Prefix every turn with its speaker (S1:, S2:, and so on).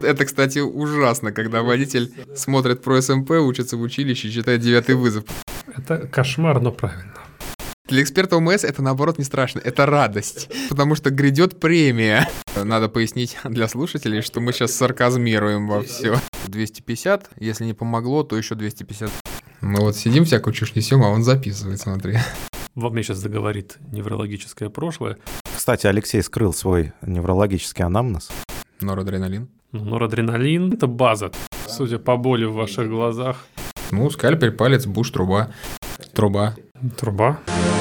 S1: Это, кстати, ужасно, когда водитель смотрит про СМП, учится в училище, читает девятый вызов.
S2: Это кошмар, но правильно.
S1: Для эксперта ОМС это, наоборот, не страшно, это радость, потому что грядет премия. Надо пояснить для слушателей, что мы сейчас сарказмируем во все. 250, если не помогло, то еще 250. Мы вот сидим, всякую чушь несем, а он записывает, смотри.
S2: Во мне сейчас заговорит неврологическое прошлое.
S3: Кстати, Алексей скрыл свой неврологический анамнез.
S1: Норадреналин.
S2: Ну, Норадреналин — это база. Судя по боли в ваших глазах.
S1: Ну, скальпель, палец, буш, труба. Труба.
S2: Труба. Труба.